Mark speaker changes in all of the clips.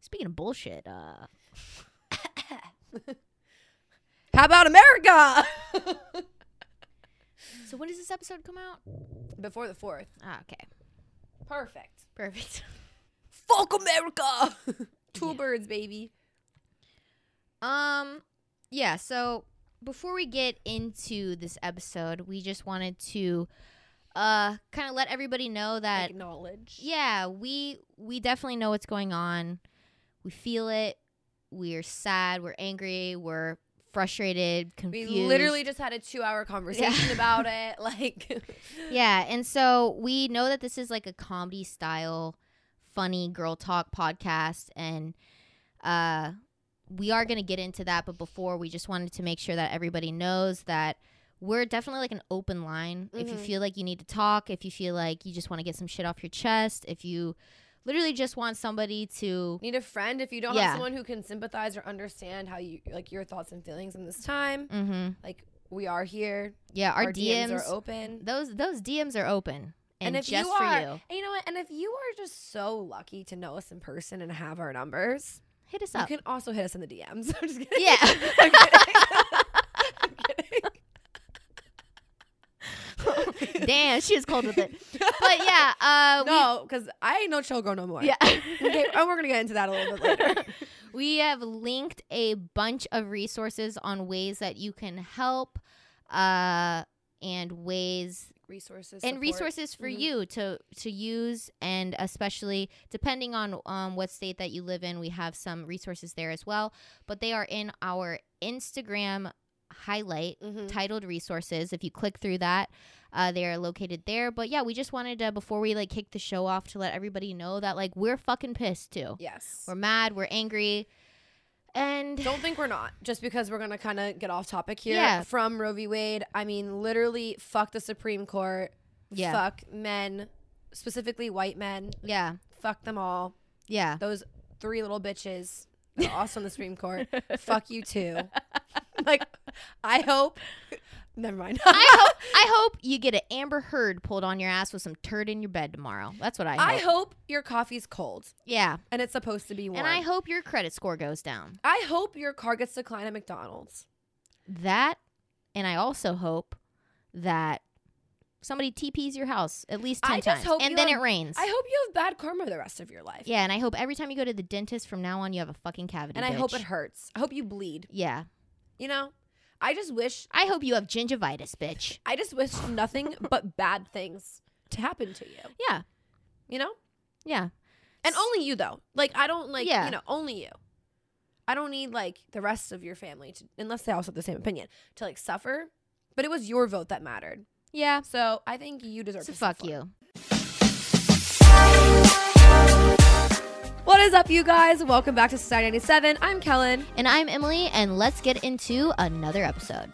Speaker 1: Speaking of bullshit, uh,
Speaker 2: How about America?
Speaker 1: so when does this episode come out?
Speaker 2: Before the fourth.
Speaker 1: Ah, okay,
Speaker 2: Perfect.
Speaker 1: perfect.
Speaker 2: Fuck America. Two
Speaker 1: Yeah.
Speaker 2: birds, baby.
Speaker 1: Um, yeah. So before we get into this episode, we just wanted to uh kind of let everybody know that
Speaker 2: Acknowledge.
Speaker 1: yeah, we we definitely know what's going on. We feel it. We're sad. We're angry. We're frustrated.
Speaker 2: We
Speaker 1: Confused.
Speaker 2: literally just had a two-hour conversation about it. Like,
Speaker 1: Yeah, and so we know that this is like a comedy style, funny girl talk podcast, and uh, we are gonna get into that. But before, we just wanted to make sure that everybody knows that we're definitely like an open line. If you
Speaker 2: Mhm.
Speaker 1: feel like you need to talk, if you feel like you just want to get some shit off your chest, if you literally just want somebody to
Speaker 2: need a friend if you don't
Speaker 1: Yeah.
Speaker 2: have someone who can sympathize or understand how you like your thoughts and feelings in this time.
Speaker 1: hmm
Speaker 2: Like, we are here.
Speaker 1: yeah, our, DMs,
Speaker 2: are open.
Speaker 1: those those DMs are open and,
Speaker 2: And if you
Speaker 1: just
Speaker 2: are-
Speaker 1: for you.
Speaker 2: And you know what? And if you are just so lucky to know us in person and have our numbers,
Speaker 1: Hit us
Speaker 2: you
Speaker 1: up.
Speaker 2: can also hit us in the DMs. I'm just kidding.
Speaker 1: Yeah.
Speaker 2: I'm kidding. I'm kidding.
Speaker 1: Damn, she was cold with it. But yeah, uh, we-
Speaker 2: no, because I ain't no chill girl no more.
Speaker 1: Yeah.
Speaker 2: okay, and we're gonna get into that a little bit later.
Speaker 1: we have linked a bunch of resources on ways that you can help uh, and ways
Speaker 2: Resources
Speaker 1: and resources for
Speaker 2: Mhm.
Speaker 1: you to to use and especially depending on um, what state that you live in we have some resources there as well but they are in our instagram highlight titled resources if you click through that uh, they are located there but yeah we just wanted to before we like kick the show off to let everybody know that like we're fucking pissed too
Speaker 2: Yes.
Speaker 1: we're mad we're angry and
Speaker 2: Don't think we're not. Just because we're gonna kind of get off topic here
Speaker 1: Yeah.
Speaker 2: from Roe v. Wade. I mean, literally, fuck the Supreme Court.
Speaker 1: Yeah.
Speaker 2: Fuck men, specifically white men.
Speaker 1: yeah
Speaker 2: Fuck them all.
Speaker 1: yeah
Speaker 2: Those three little bitches. that are also on the Supreme Court. fuck you too. Like, I hope. Never mind.
Speaker 1: I hope I hope you get an Amber Heard pulled on your ass with some turd in your bed tomorrow. That's what I hope.
Speaker 2: I hope your coffee's cold
Speaker 1: yeah,
Speaker 2: and it's supposed to be warm.
Speaker 1: and I hope your credit score goes down.
Speaker 2: I hope your car gets declined at McDonald's.
Speaker 1: That, and I also hope that somebody TPs your house at least ten
Speaker 2: I just
Speaker 1: times,
Speaker 2: hope
Speaker 1: and
Speaker 2: you
Speaker 1: then
Speaker 2: have-
Speaker 1: it rains.
Speaker 2: I hope you have bad karma the rest of your life.
Speaker 1: yeah, and I hope every time you go to the dentist from now on, you have a fucking cavity.
Speaker 2: and I hope
Speaker 1: bitch.
Speaker 2: it hurts. I hope you bleed.
Speaker 1: Yeah,
Speaker 2: You know, I just wish,
Speaker 1: I hope you have gingivitis, bitch.
Speaker 2: I just wish nothing but bad things to happen to you.
Speaker 1: Yeah,
Speaker 2: You know,
Speaker 1: yeah,
Speaker 2: and
Speaker 1: S-
Speaker 2: only you though. Like I don't like
Speaker 1: Yeah.
Speaker 2: you know only you. I don't need like the rest of your family to, unless they also have the same opinion, to like suffer. But it was your vote that mattered.
Speaker 1: yeah.
Speaker 2: So I think you deserve
Speaker 1: So
Speaker 2: to
Speaker 1: fuck
Speaker 2: suffer.
Speaker 1: you.
Speaker 2: What is up, you guys? Welcome back to Society 97. I'm Kellen.
Speaker 1: And I'm Emily, and let's get into another episode.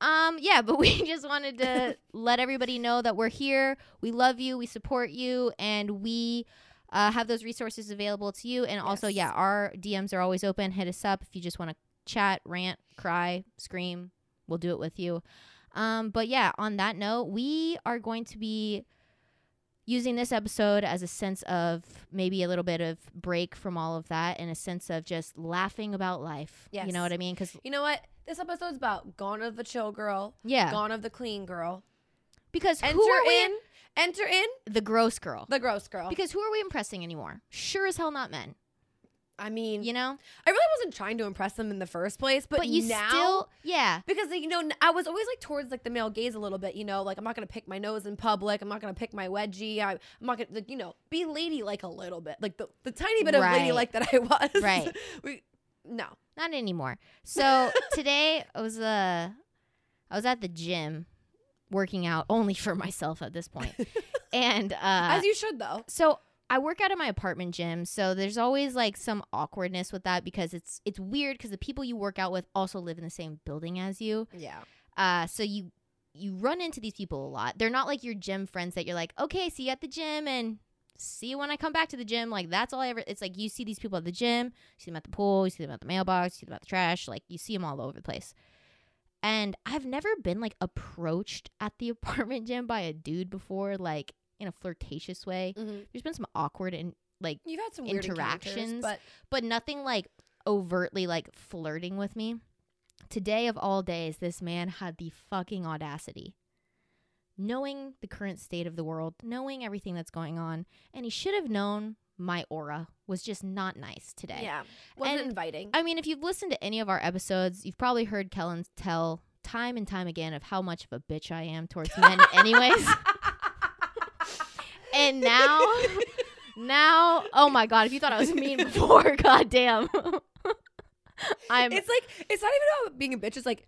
Speaker 1: Um, yeah, but we just wanted to let everybody know that we're here. We love you, we support you, and we uh, have those resources available to you. And also,
Speaker 2: Yes.
Speaker 1: yeah, our DMs are always open. Hit us up if you just want to chat, rant, cry, scream. We'll do it with you. Um, but yeah, on that note, we are going to be using this episode as a sense of maybe a little bit of break from all of that and a sense of just laughing about life. You
Speaker 2: Yes.
Speaker 1: know what I mean? Because,
Speaker 2: You know what? This episode's about gone of the chill girl,
Speaker 1: yeah.
Speaker 2: gone of the clean girl.
Speaker 1: Because
Speaker 2: Enter
Speaker 1: who are we?
Speaker 2: in, enter in
Speaker 1: the gross girl.
Speaker 2: the gross girl.
Speaker 1: Because who are we impressing anymore? Sure as hell not men.
Speaker 2: I mean,
Speaker 1: You know?
Speaker 2: I really wasn't trying to impress them in the first place, but,
Speaker 1: But, you
Speaker 2: now,
Speaker 1: still, yeah.
Speaker 2: because you know, I was always like towards like the male gaze a little bit. You know, like I'm not gonna pick my nose in public. I'm not gonna pick my wedgie. I, I'm not gonna, like, you know, be ladylike a little bit, like the, the tiny bit of
Speaker 1: Right.
Speaker 2: ladylike that I was.
Speaker 1: Right.
Speaker 2: we, no.
Speaker 1: Not anymore. So today I was uh I was at the gym working out only for myself at this point. And uh
Speaker 2: As you should though.
Speaker 1: so I work out at my apartment gym, so there's always like some awkwardness with that because it's it's weird because the people you work out with also live in the same building as you.
Speaker 2: Yeah.
Speaker 1: Uh, so you you run into these people a lot. They're not like your gym friends that you're like, okay, see you at the gym and see you when I come back to the gym. Like that's all I ever. It's like you see these people at the gym, you see them at the pool, you see them at the mailbox, you see them at the trash. Like you see them all over the place. And I've never been like approached at the apartment gym by a dude before, like in a flirtatious way.
Speaker 2: Mhm.
Speaker 1: There's been some awkward and like,
Speaker 2: You've had some weird encounters,
Speaker 1: Interactions.
Speaker 2: but
Speaker 1: but nothing like overtly like flirting with me. Today of all days, this man had the fucking audacity. Knowing the current state of the world, knowing everything that's going on, and he should have known my aura was just not nice today.
Speaker 2: yeah, wasn't
Speaker 1: And
Speaker 2: inviting.
Speaker 1: I mean, if you've listened to any of our episodes, you've probably heard Kellen tell time and time again of how much of a bitch I am towards men, anyways. And now, now, oh my God, if you thought I was mean before, goddamn. I'm,
Speaker 2: it's like it's not even about being a bitch. It's like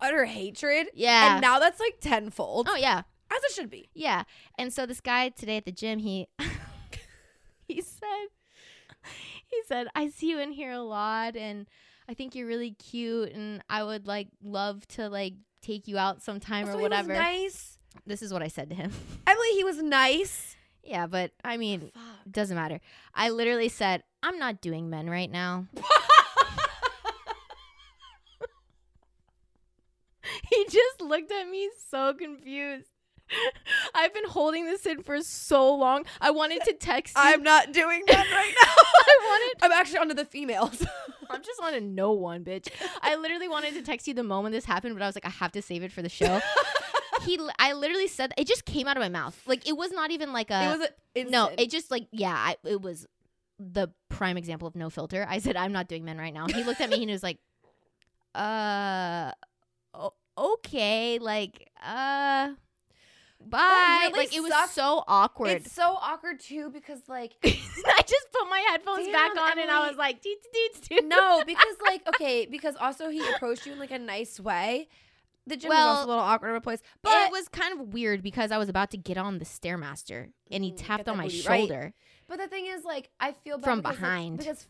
Speaker 2: utter hatred,
Speaker 1: yeah.
Speaker 2: and now that's like tenfold,
Speaker 1: oh, yeah.
Speaker 2: as it should be.
Speaker 1: Yeah. And so this guy today at the gym, he he said he said, "I see you in here a lot and I think you're really cute and I would like love to like take you out sometime or
Speaker 2: Also, Oh, he was
Speaker 1: whatever."
Speaker 2: nice,
Speaker 1: This is what I said to him.
Speaker 2: Emily. He was nice.
Speaker 1: yeah, but I mean, doesn't matter. I literally said, "I'm not doing men right now." he just looked at me so confused. I've been holding this in for so long. I wanted to text you.
Speaker 2: I'm not doing that right now.
Speaker 1: I wanted
Speaker 2: I'm actually onto the females.
Speaker 1: I'm just on a no one, bitch. I literally wanted to text you the moment this happened, but I was like, I have to save it for the show. he, li- I literally said it just came out of my mouth. Like it was not even like a
Speaker 2: it was a
Speaker 1: Uh, no.
Speaker 2: instant.
Speaker 1: It just like yeah, I, it was the prime example of no filter. I said I'm not doing men right now. He looked at me and he was like, uh, o- okay, like uh, bye.
Speaker 2: really
Speaker 1: like it was
Speaker 2: sucks.
Speaker 1: so awkward.
Speaker 2: It's so awkward too because like
Speaker 1: I just put my headphones back
Speaker 2: Damn,
Speaker 1: on and I
Speaker 2: Emily.
Speaker 1: was like, "Deet, deet, deet."
Speaker 2: no, because like okay, because also he approached you in like a nice way. The gym
Speaker 1: Well,
Speaker 2: is also a little awkward of a place, but
Speaker 1: But it was kind of weird because I was about to get on the stairmaster and he
Speaker 2: Mm,
Speaker 1: tapped
Speaker 2: get
Speaker 1: on
Speaker 2: that
Speaker 1: my
Speaker 2: booty right.
Speaker 1: shoulder.
Speaker 2: But the thing is, like, I feel bad
Speaker 1: From
Speaker 2: because, like,
Speaker 1: behind.
Speaker 2: because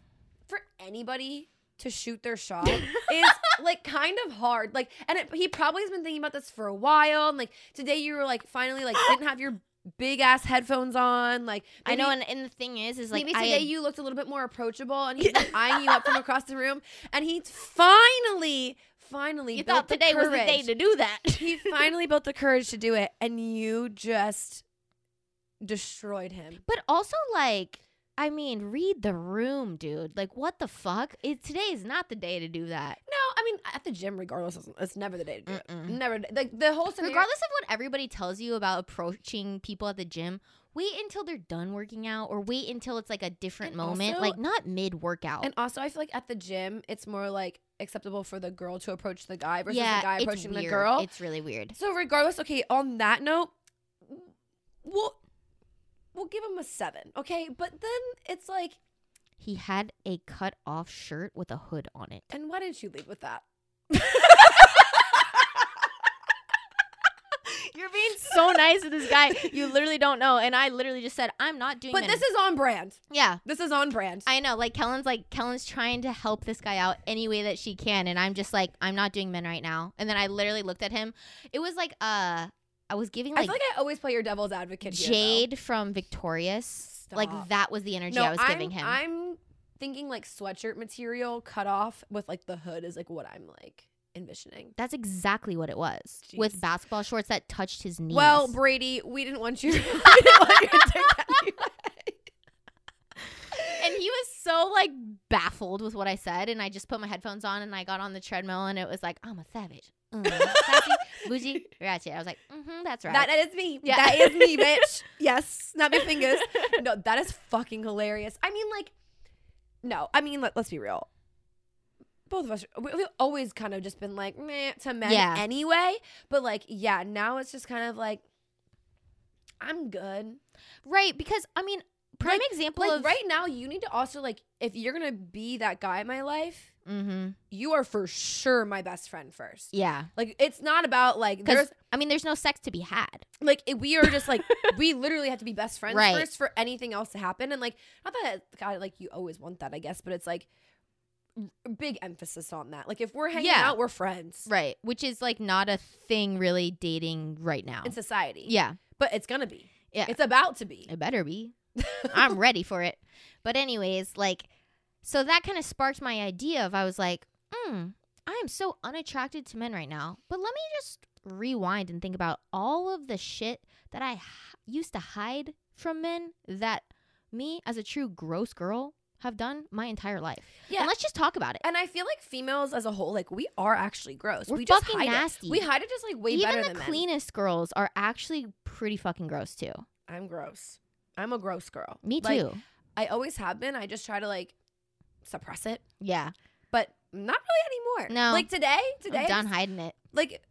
Speaker 2: for anybody to shoot their shot is like kind of hard. Like, and it, he probably has been thinking about this for a while. And like today, you were like finally like didn't have your big ass headphones on. Like,
Speaker 1: I know,
Speaker 2: maybe-
Speaker 1: and, and the thing is, is like
Speaker 2: Maybe
Speaker 1: I
Speaker 2: today
Speaker 1: had-
Speaker 2: you looked a little bit more approachable, and he's like, eyeing you up from across the room. And he finally, finally,
Speaker 1: you thought
Speaker 2: built
Speaker 1: today was the day
Speaker 2: courage.
Speaker 1: to do that.
Speaker 2: he finally built the courage to do it, and you just destroyed him.
Speaker 1: but also like, I mean, read the room, dude. Like, what the fuck? It, today is not the day to do that.
Speaker 2: No, I mean at the gym, regardless, it's- it's never the day to do it.
Speaker 1: Mm-mm.
Speaker 2: Never like the whole scenario.
Speaker 1: Uh, Regardless of what everybody tells you about approaching people at the gym, wait until they're done working out or wait until it's like a different
Speaker 2: And
Speaker 1: moment,
Speaker 2: also-
Speaker 1: like not mid workout.
Speaker 2: and also, I feel like at the gym, it's more like acceptable for the girl to approach the guy versus
Speaker 1: yeah,
Speaker 2: the guy
Speaker 1: it's
Speaker 2: approaching the
Speaker 1: weird.
Speaker 2: girl.
Speaker 1: It's really weird.
Speaker 2: so regardless, okay. On that note, we'll we'll give him a seven, okay? But then it's like,
Speaker 1: He had a cut off shirt with a hood on it.
Speaker 2: and why didn't you leave with that?
Speaker 1: You're being so nice to this guy. You literally don't know. And I literally just said, I'm not doing
Speaker 2: But
Speaker 1: men."
Speaker 2: this is on brand.
Speaker 1: Yeah.
Speaker 2: This is on brand.
Speaker 1: I know. Like Kellen's like Kellen's trying to help this guy out any way that she can. And I'm just like, I'm not doing men right now. And then I literally looked at him. It was like uh I was giving
Speaker 2: I
Speaker 1: like,
Speaker 2: feel like I always play your devil's advocate here. though.
Speaker 1: Jade from Victorious.
Speaker 2: Stop.
Speaker 1: Like that was the energy I was giving
Speaker 2: I'm,
Speaker 1: him.
Speaker 2: I'm thinking like sweatshirt material cut off with like the hood is like what I'm like envisioning.
Speaker 1: That's exactly what it was.
Speaker 2: Jeez.
Speaker 1: With basketball shorts that touched his knees.
Speaker 2: Well, Brady, we didn't want you. we didn't want you to take that anyway.
Speaker 1: and he was so like baffled with what I said, and I just put my headphones on and I got on the treadmill, and it was like I'm a savage, mm, sassy, bougie, ratchet. I was like, mm-hmm, that's right.
Speaker 2: That, that is me.
Speaker 1: Yeah.
Speaker 2: That is me, bitch. yes, not my fingers. No, that is fucking hilarious. I mean, like, no, I mean, let, let's be real. Both of us, we, we've always kind of just been like, meh, to men
Speaker 1: Yeah.
Speaker 2: anyway. But like, yeah, now it's just kind of like, I'm good.
Speaker 1: right, because I mean, prime example
Speaker 2: like
Speaker 1: of
Speaker 2: right now you need to also like if you're gonna be that guy in my life
Speaker 1: Mm-hmm.
Speaker 2: you are for sure my best friend first
Speaker 1: Yeah,
Speaker 2: like it's not about like
Speaker 1: because
Speaker 2: there's
Speaker 1: I mean, there's no sex to be had.
Speaker 2: like it- we are just like we literally have to be best friends
Speaker 1: Right.
Speaker 2: first for anything else to happen and like not that God, like you always want that i guess but it's like r- big emphasis on that like if we're hanging
Speaker 1: Yeah.
Speaker 2: out we're friends
Speaker 1: Right, which is like not a thing really dating right now.
Speaker 2: in society
Speaker 1: yeah,
Speaker 2: but it's gonna be
Speaker 1: Yeah.
Speaker 2: it's about to be
Speaker 1: it better be. I'm ready for it. But anyways, like so that kind of sparked my idea of I was like, hmm, I am so unattracted to men right now. But let me just rewind and think about all of the shit that I h- used to hide from men that me as a true gross girl have done my entire life.
Speaker 2: Yeah.
Speaker 1: And let's just talk about it.
Speaker 2: And I feel like females as a whole, like we are actually gross.
Speaker 1: We're
Speaker 2: we just
Speaker 1: fucking
Speaker 2: hide
Speaker 1: nasty.
Speaker 2: It. We hide it just like way better
Speaker 1: Even the
Speaker 2: than men.
Speaker 1: cleanest girls are actually pretty fucking gross too.
Speaker 2: I'm gross. I'm a gross girl.
Speaker 1: Me too.
Speaker 2: Like, I always have been. I just try to like suppress it,
Speaker 1: yeah.
Speaker 2: but not really anymore.
Speaker 1: No.
Speaker 2: Like today,
Speaker 1: I'm
Speaker 2: today, I
Speaker 1: done
Speaker 2: just-
Speaker 1: hiding it.
Speaker 2: like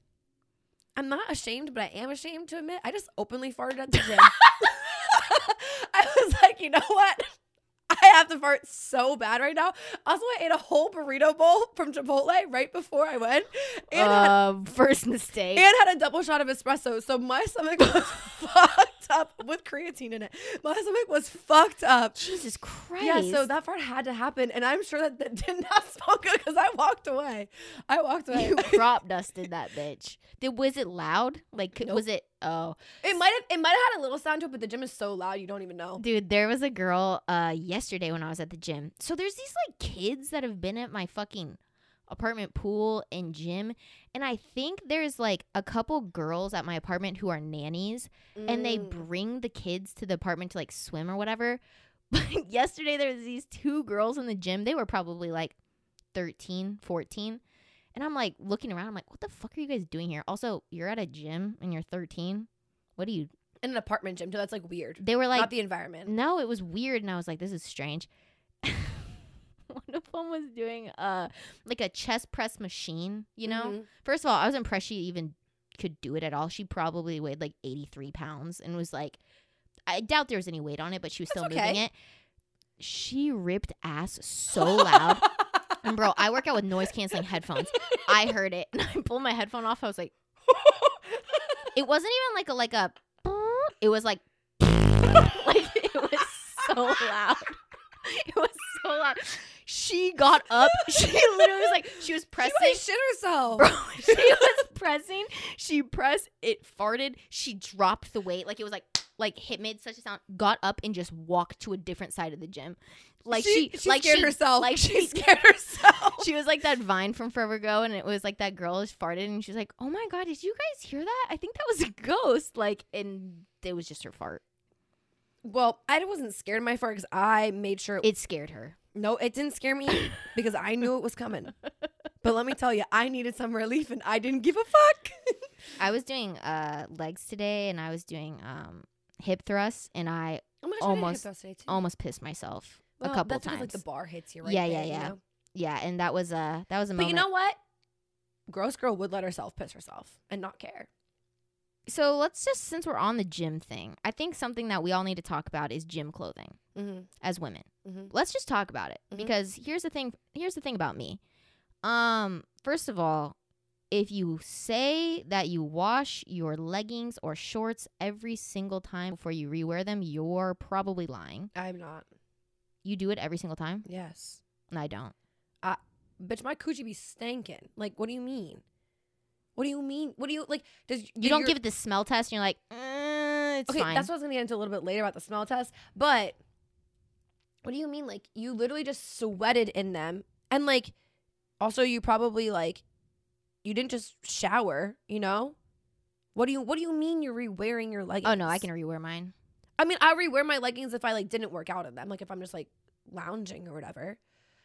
Speaker 2: I'm not ashamed, but I am ashamed to admit I just openly farted at the gym. I was like, you know what? I have to fart so bad right now. Also, I ate a whole burrito bowl from Chipotle right before I went, and had
Speaker 1: Uh, first mistake.
Speaker 2: and had a double shot of espresso, so my stomach was fucked up with creatine in it. My stomach was fucked up.
Speaker 1: Jesus Christ.
Speaker 2: Yeah, so that part had to happen, and I'm sure that that did not smell good because I walked away. I walked away.
Speaker 1: you crop dusted that bitch. Did was it loud? Like c- was it? Oh,
Speaker 2: it might have it might have had a little sound to it, but the gym is so loud you don't even know.
Speaker 1: dude, there was a girl uh yesterday when I was at the gym. So there's these like kids that have been at my fucking apartment pool and gym, and I think there's like a couple girls at my apartment who are nannies, and they
Speaker 2: Mm.
Speaker 1: bring the kids to the apartment to like swim or whatever. But yesterday there was these two girls in the gym. They were probably like 13, 14. And I'm like looking around. I'm like, what the fuck are you guys doing here? Also, you're at a gym and you're 13. What do you?
Speaker 2: in an apartment gym, so that's like weird.
Speaker 1: They were like,
Speaker 2: Not the environment.
Speaker 1: no, it was weird. And I was like, this is strange. One of them was doing uh like a chest press machine, you know?
Speaker 2: Mhm.
Speaker 1: First of all, I was impressed she even could do it at all. She probably weighed like 83 pounds and was like, I doubt there was any weight on it, but she was still
Speaker 2: That's
Speaker 1: moving
Speaker 2: okay.
Speaker 1: it. She ripped ass so loud. and bro, I work out with noise canceling headphones. I heard it and I pulled my headphone off. I was like, it wasn't even like a, like a, it was like, like it was so loud. It was so loud. She got up. She literally was like, she was
Speaker 2: She
Speaker 1: pressing.
Speaker 2: might shit herself.
Speaker 1: Bro, she was pressing. She pressed. It farted. She dropped the weight. Like it was like like hit made such a sound. Got up and just walked to a different side of the gym. Like she,
Speaker 2: she
Speaker 1: like
Speaker 2: scared
Speaker 1: she,
Speaker 2: herself.
Speaker 1: Like
Speaker 2: she
Speaker 1: she
Speaker 2: scared herself.
Speaker 1: She was like that vine from Forever Go, and it was like that girl who farted, and she's like, "Oh my god, did you guys hear that? I think that was a ghost." Like, and it was just her fart.
Speaker 2: Well, I wasn't scared of my fart because I made sure.
Speaker 1: It scared her.
Speaker 2: no, it didn't scare me because I knew it was coming. But let me tell you, I needed some relief and I didn't give a fuck.
Speaker 1: I was doing uh legs today, and I was doing um hip thrusts, and I
Speaker 2: Oh my gosh,
Speaker 1: Almost-
Speaker 2: I did hit those today too.
Speaker 1: almost pissed myself
Speaker 2: Well,
Speaker 1: a couple
Speaker 2: that's
Speaker 1: times.
Speaker 2: because, Like the bar hits you right
Speaker 1: Yeah,
Speaker 2: there,
Speaker 1: yeah, yeah.
Speaker 2: You know?
Speaker 1: yeah, and that was a that was a
Speaker 2: But
Speaker 1: moment.
Speaker 2: you know what? Gross girl would let herself piss herself and not care.
Speaker 1: so let's just since we're on the gym thing, I think something that we all need to talk about is gym clothing
Speaker 2: Mm-hmm.
Speaker 1: as women.
Speaker 2: Mhm.
Speaker 1: Let's just talk about it
Speaker 2: Mhm.
Speaker 1: because here's the thing. Here's the thing about me. Um, first of all, if you say that you wash your leggings or shorts every single time before you rewear them, you're probably lying.
Speaker 2: I'm not.
Speaker 1: You do it every single time,
Speaker 2: Yes.
Speaker 1: and I don't.
Speaker 2: Bitch, my coochie be stankin'. Like, what do you mean? What do you mean? What do you like? Does
Speaker 1: You don't give it the smell test, and you're like, "Uh, it's
Speaker 2: Okay,
Speaker 1: fine.
Speaker 2: that's what I was gonna get into a little bit later about the smell test. But what do you mean? Like, you literally just sweated in them, and like, also you probably like, you didn't just shower. You know, what do you What do you mean you're re-wearing your leggings?
Speaker 1: oh no, I can rewear mine.
Speaker 2: I mean, I rewear my leggings if I like didn't work out in them, like if I'm just like lounging or whatever.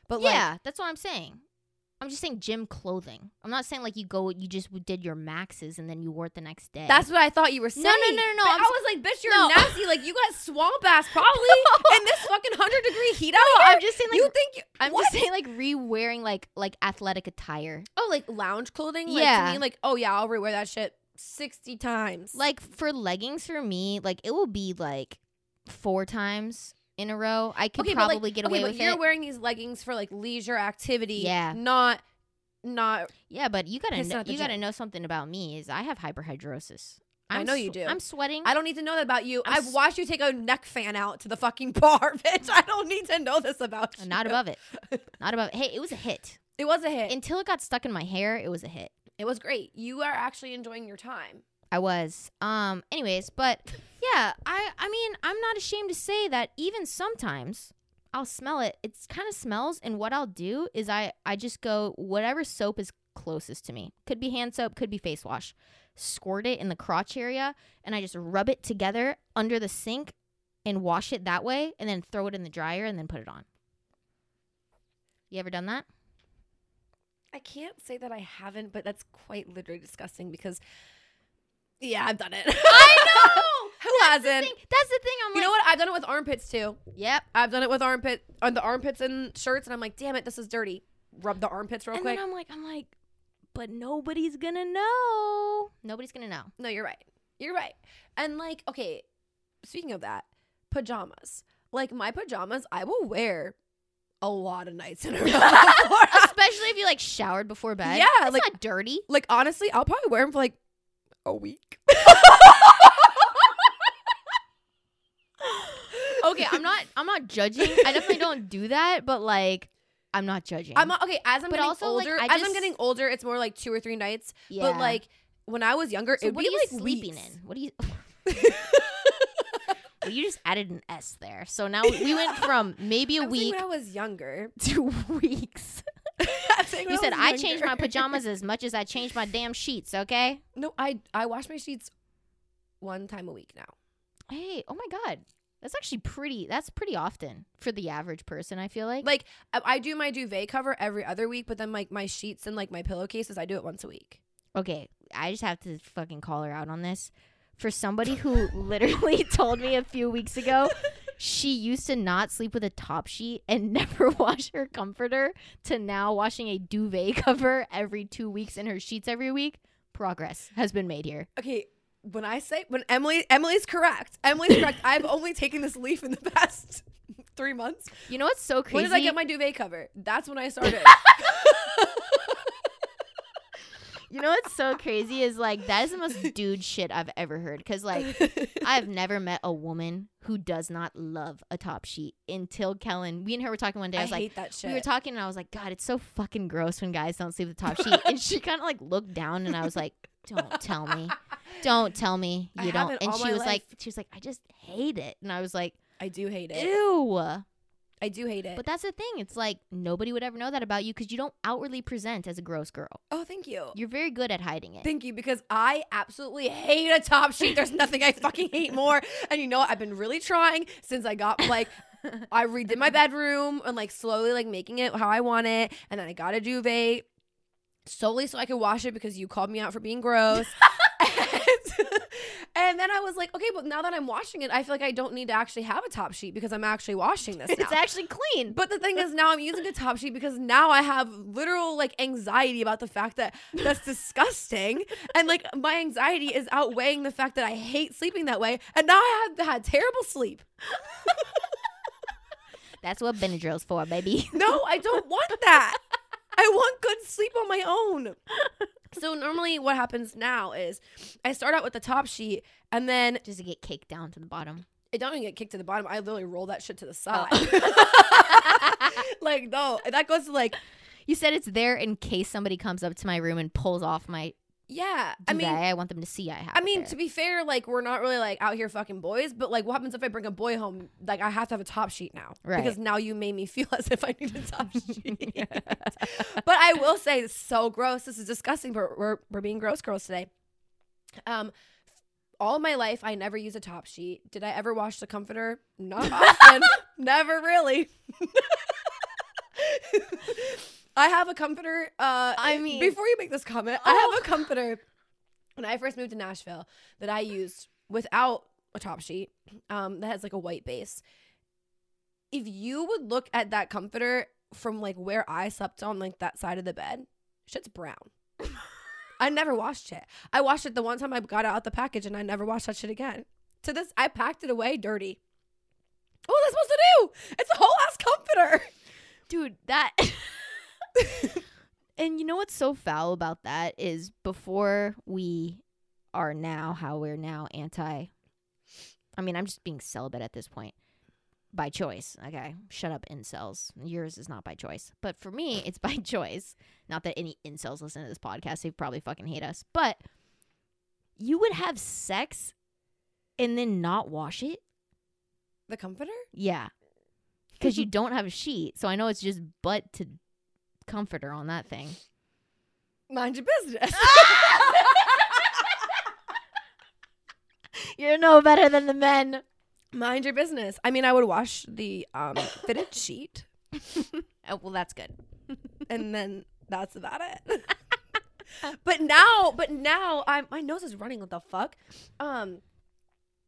Speaker 2: But like,
Speaker 1: yeah, that's what I'm saying. I'm just saying gym clothing. I'm not saying like you go, you just did your maxes and then you wore it the next day.
Speaker 2: That's what I thought you were
Speaker 1: No,
Speaker 2: saying.
Speaker 1: no, no, no, no,
Speaker 2: But
Speaker 1: I'm
Speaker 2: I
Speaker 1: s-
Speaker 2: was like, bitch, you're
Speaker 1: No.
Speaker 2: nasty. Like you got swamp ass probably in this fucking hundred degree heat out
Speaker 1: no.
Speaker 2: here.
Speaker 1: I'm just saying like
Speaker 2: you think you?
Speaker 1: I'm
Speaker 2: what?
Speaker 1: just saying like re-wearing like like athletic attire.
Speaker 2: oh, like lounge clothing. Like,
Speaker 1: Yeah.
Speaker 2: To me, like oh yeah, I'll rewear that shit sixty times.
Speaker 1: Like for leggings for me, like it will be like four times in a row. I could
Speaker 2: but, like-
Speaker 1: probably get away
Speaker 2: okay, but
Speaker 1: with
Speaker 2: you're
Speaker 1: it.
Speaker 2: wearing these leggings for like leisure activity.
Speaker 1: Yeah.
Speaker 2: Not, not.
Speaker 1: yeah, but you gotta
Speaker 2: Pissing
Speaker 1: know,
Speaker 2: at the
Speaker 1: you gotta
Speaker 2: gym.
Speaker 1: know something about me is I have hyperhidrosis.
Speaker 2: I
Speaker 1: I'm
Speaker 2: know you
Speaker 1: swe-
Speaker 2: do.
Speaker 1: I'm sweating.
Speaker 2: I don't need to know that about you.
Speaker 1: I'm
Speaker 2: i have
Speaker 1: s-
Speaker 2: watched you take a neck fan out to the fucking bar, bitch. I don't need to know this about you.
Speaker 1: I'm not above it. Not above. Hey, it was a hit.
Speaker 2: It was a hit.
Speaker 1: Until it got stuck in my hair, it was a hit.
Speaker 2: it was great. You are actually enjoying your time.
Speaker 1: I was. Um anyways, but yeah, I I mean, I'm not ashamed to say that even sometimes I'll smell it. It's kind of smells and what I'll do is I I just go whatever soap is closest to me. Could be hand soap, could be face wash. Squirt it in the crotch area and I just rub it together under the sink and wash it that way and then throw it in the dryer and then put it on. You ever done that?
Speaker 2: I can't say that I haven't, but that's quite literally disgusting because, yeah, I've done it. I know. Who
Speaker 1: The
Speaker 2: hasn't?
Speaker 1: thing- that's the thing I'm
Speaker 2: You
Speaker 1: like,
Speaker 2: know what? I've done it with armpits too.
Speaker 1: yep.
Speaker 2: I've done it with armpit on the armpits and shirts, and I'm like, damn it, this is dirty. Rub the armpits real
Speaker 1: and
Speaker 2: quick.
Speaker 1: then I'm like I'm like but nobody's going to know. Nobody's going to know.
Speaker 2: No, you're right. You're right. And like, okay, speaking of that, pajamas. Like my pajamas, I will wear a lot of nights in a
Speaker 1: Ah!
Speaker 2: row.
Speaker 1: Especially if you like showered before bed.
Speaker 2: Yeah,
Speaker 1: it's
Speaker 2: like-
Speaker 1: not dirty.
Speaker 2: like honestly, I'll probably wear them for like a week.
Speaker 1: Okay, I'm not. I'm not judging. I definitely don't do that, but like, I'm not judging.
Speaker 2: I'm not- okay. As I'm
Speaker 1: But
Speaker 2: getting
Speaker 1: also, like,
Speaker 2: older,
Speaker 1: I
Speaker 2: as I'm
Speaker 1: just-
Speaker 2: getting older, it's more like two or three nights.
Speaker 1: yeah.
Speaker 2: But like when I was younger,
Speaker 1: So
Speaker 2: it would
Speaker 1: what
Speaker 2: be
Speaker 1: are you
Speaker 2: like
Speaker 1: sleeping
Speaker 2: weeks.
Speaker 1: in? What do you? Well, you just added an S there, so now we went from maybe a
Speaker 2: I'm saying
Speaker 1: week
Speaker 2: when I was younger.
Speaker 1: to weeks.
Speaker 2: I'm saying when
Speaker 1: You said
Speaker 2: was
Speaker 1: I changed my
Speaker 2: younger."
Speaker 1: pajamas as much as I changed my damn sheets. Okay.
Speaker 2: No, I I wash my sheets one time a week now.
Speaker 1: Hey, oh my god, that's actually pretty. That's pretty often for the average person. I feel like.
Speaker 2: Like I, I do my duvet cover every other week, but then like my sheets and like my pillowcases, I do it once a week.
Speaker 1: Okay, I just have to fucking call her out on this. For somebody who literally told me a few weeks ago she used to not sleep with a top sheet and never wash her comforter to now washing a duvet cover every two weeks and her sheets every week, progress has been made here.
Speaker 2: Okay, when I say when Emily Emily's correct, Emily's correct. I've only taken this leaf in the past three months.
Speaker 1: You know what's so crazy?
Speaker 2: When did I get my duvet cover? That's when I started.
Speaker 1: you know what's so crazy is like that is the most dude shit I've ever heard. Cause like I've never met a woman who does not love a top sheet until Kellen. We and her were talking one day. I,
Speaker 2: I
Speaker 1: was like,
Speaker 2: hate that shit.
Speaker 1: we were talking and I was like, God, it's so fucking gross when guys don't sleep with the top sheet. and she kind of like looked down and I was like, Don't tell me, don't tell me
Speaker 2: I
Speaker 1: you
Speaker 2: have
Speaker 1: don't.
Speaker 2: it
Speaker 1: And
Speaker 2: all
Speaker 1: she
Speaker 2: my
Speaker 1: was
Speaker 2: life. Eh.
Speaker 1: like, she was like, I just hate it. And I was like,
Speaker 2: I do hate it.
Speaker 1: Ew.
Speaker 2: I do hate it.
Speaker 1: But that's the thing. It's like nobody would ever know that about you because you don't outwardly present as a gross girl.
Speaker 2: oh, thank you.
Speaker 1: You're very good at hiding it.
Speaker 2: Thank you, because I absolutely hate a top sheet. There's nothing I fucking hate more. And you know what? I've been really trying since I got like I redid my bedroom and like slowly like making it how I want it. And then I got a duvet solely so I could wash it because you called me out for being gross. and, and then I was like, okay, but now that I'm washing it, I feel like I don't need to actually have a top sheet because I'm actually washing this now.
Speaker 1: It's actually clean.
Speaker 2: But the thing is, now I'm using a top sheet because now I have literal like anxiety about the fact that that's disgusting, and like my anxiety is outweighing the fact that I hate sleeping that way, and now I have had terrible sleep.
Speaker 1: that's what Benadryl's for, baby.
Speaker 2: No, I don't want that. I want good sleep on my own. So normally, what happens now is I start out with the top sheet, and then
Speaker 1: just to get caked down to the bottom.
Speaker 2: it don't even get kicked to the bottom. I literally roll that shit to the side.
Speaker 1: Oh.
Speaker 2: like no, that goes to like
Speaker 1: You said it's there in case somebody comes up to my room and pulls off my
Speaker 2: yeah.
Speaker 1: duvet. I,
Speaker 2: I mean,
Speaker 1: want them to see I have.
Speaker 2: I
Speaker 1: it
Speaker 2: mean,
Speaker 1: there.
Speaker 2: to be fair, like we're not really like out here fucking boys, but like what happens if I bring a boy home? Like I have to have a top sheet now,
Speaker 1: Right.
Speaker 2: Because now you made me feel as if I need a top sheet. but I will say, it's so gross. This is disgusting. But we're we're being gross girls today. Um, all my life I never use a top sheet. Did I ever wash the comforter? Not often. never really. I have a comforter. Uh,
Speaker 1: I mean-
Speaker 2: before you make this comment, I have a comforter when I first moved to Nashville that I used without a top sheet um, that has like a white base. If you would look at that comforter from like where I slept on, like that side of the bed, shit's brown. I never washed it. I washed it the one time I got it out the package and I never washed that shit again. To this, I packed it away dirty. What was I supposed to do? It's a whole ass comforter.
Speaker 1: dude that and you know what's so foul about that is before we are now how we're now anti i mean i'm just being celibate at this point by choice okay shut up incels yours is not by choice but for me it's by choice not that any incels listen to this podcast they probably fucking hate us but you would have sex and then not wash it
Speaker 2: The comforter?
Speaker 1: yeah. Because you don't have a sheet. So I know it's just butt to comforter on that thing.
Speaker 2: Mind your business.
Speaker 1: You're no better than the men.
Speaker 2: Mind your business. I mean, I would wash the um, fitted sheet,
Speaker 1: Oh, well, that's good.
Speaker 2: and then that's about it. but now, but now, I my nose is running. What the fuck? Um,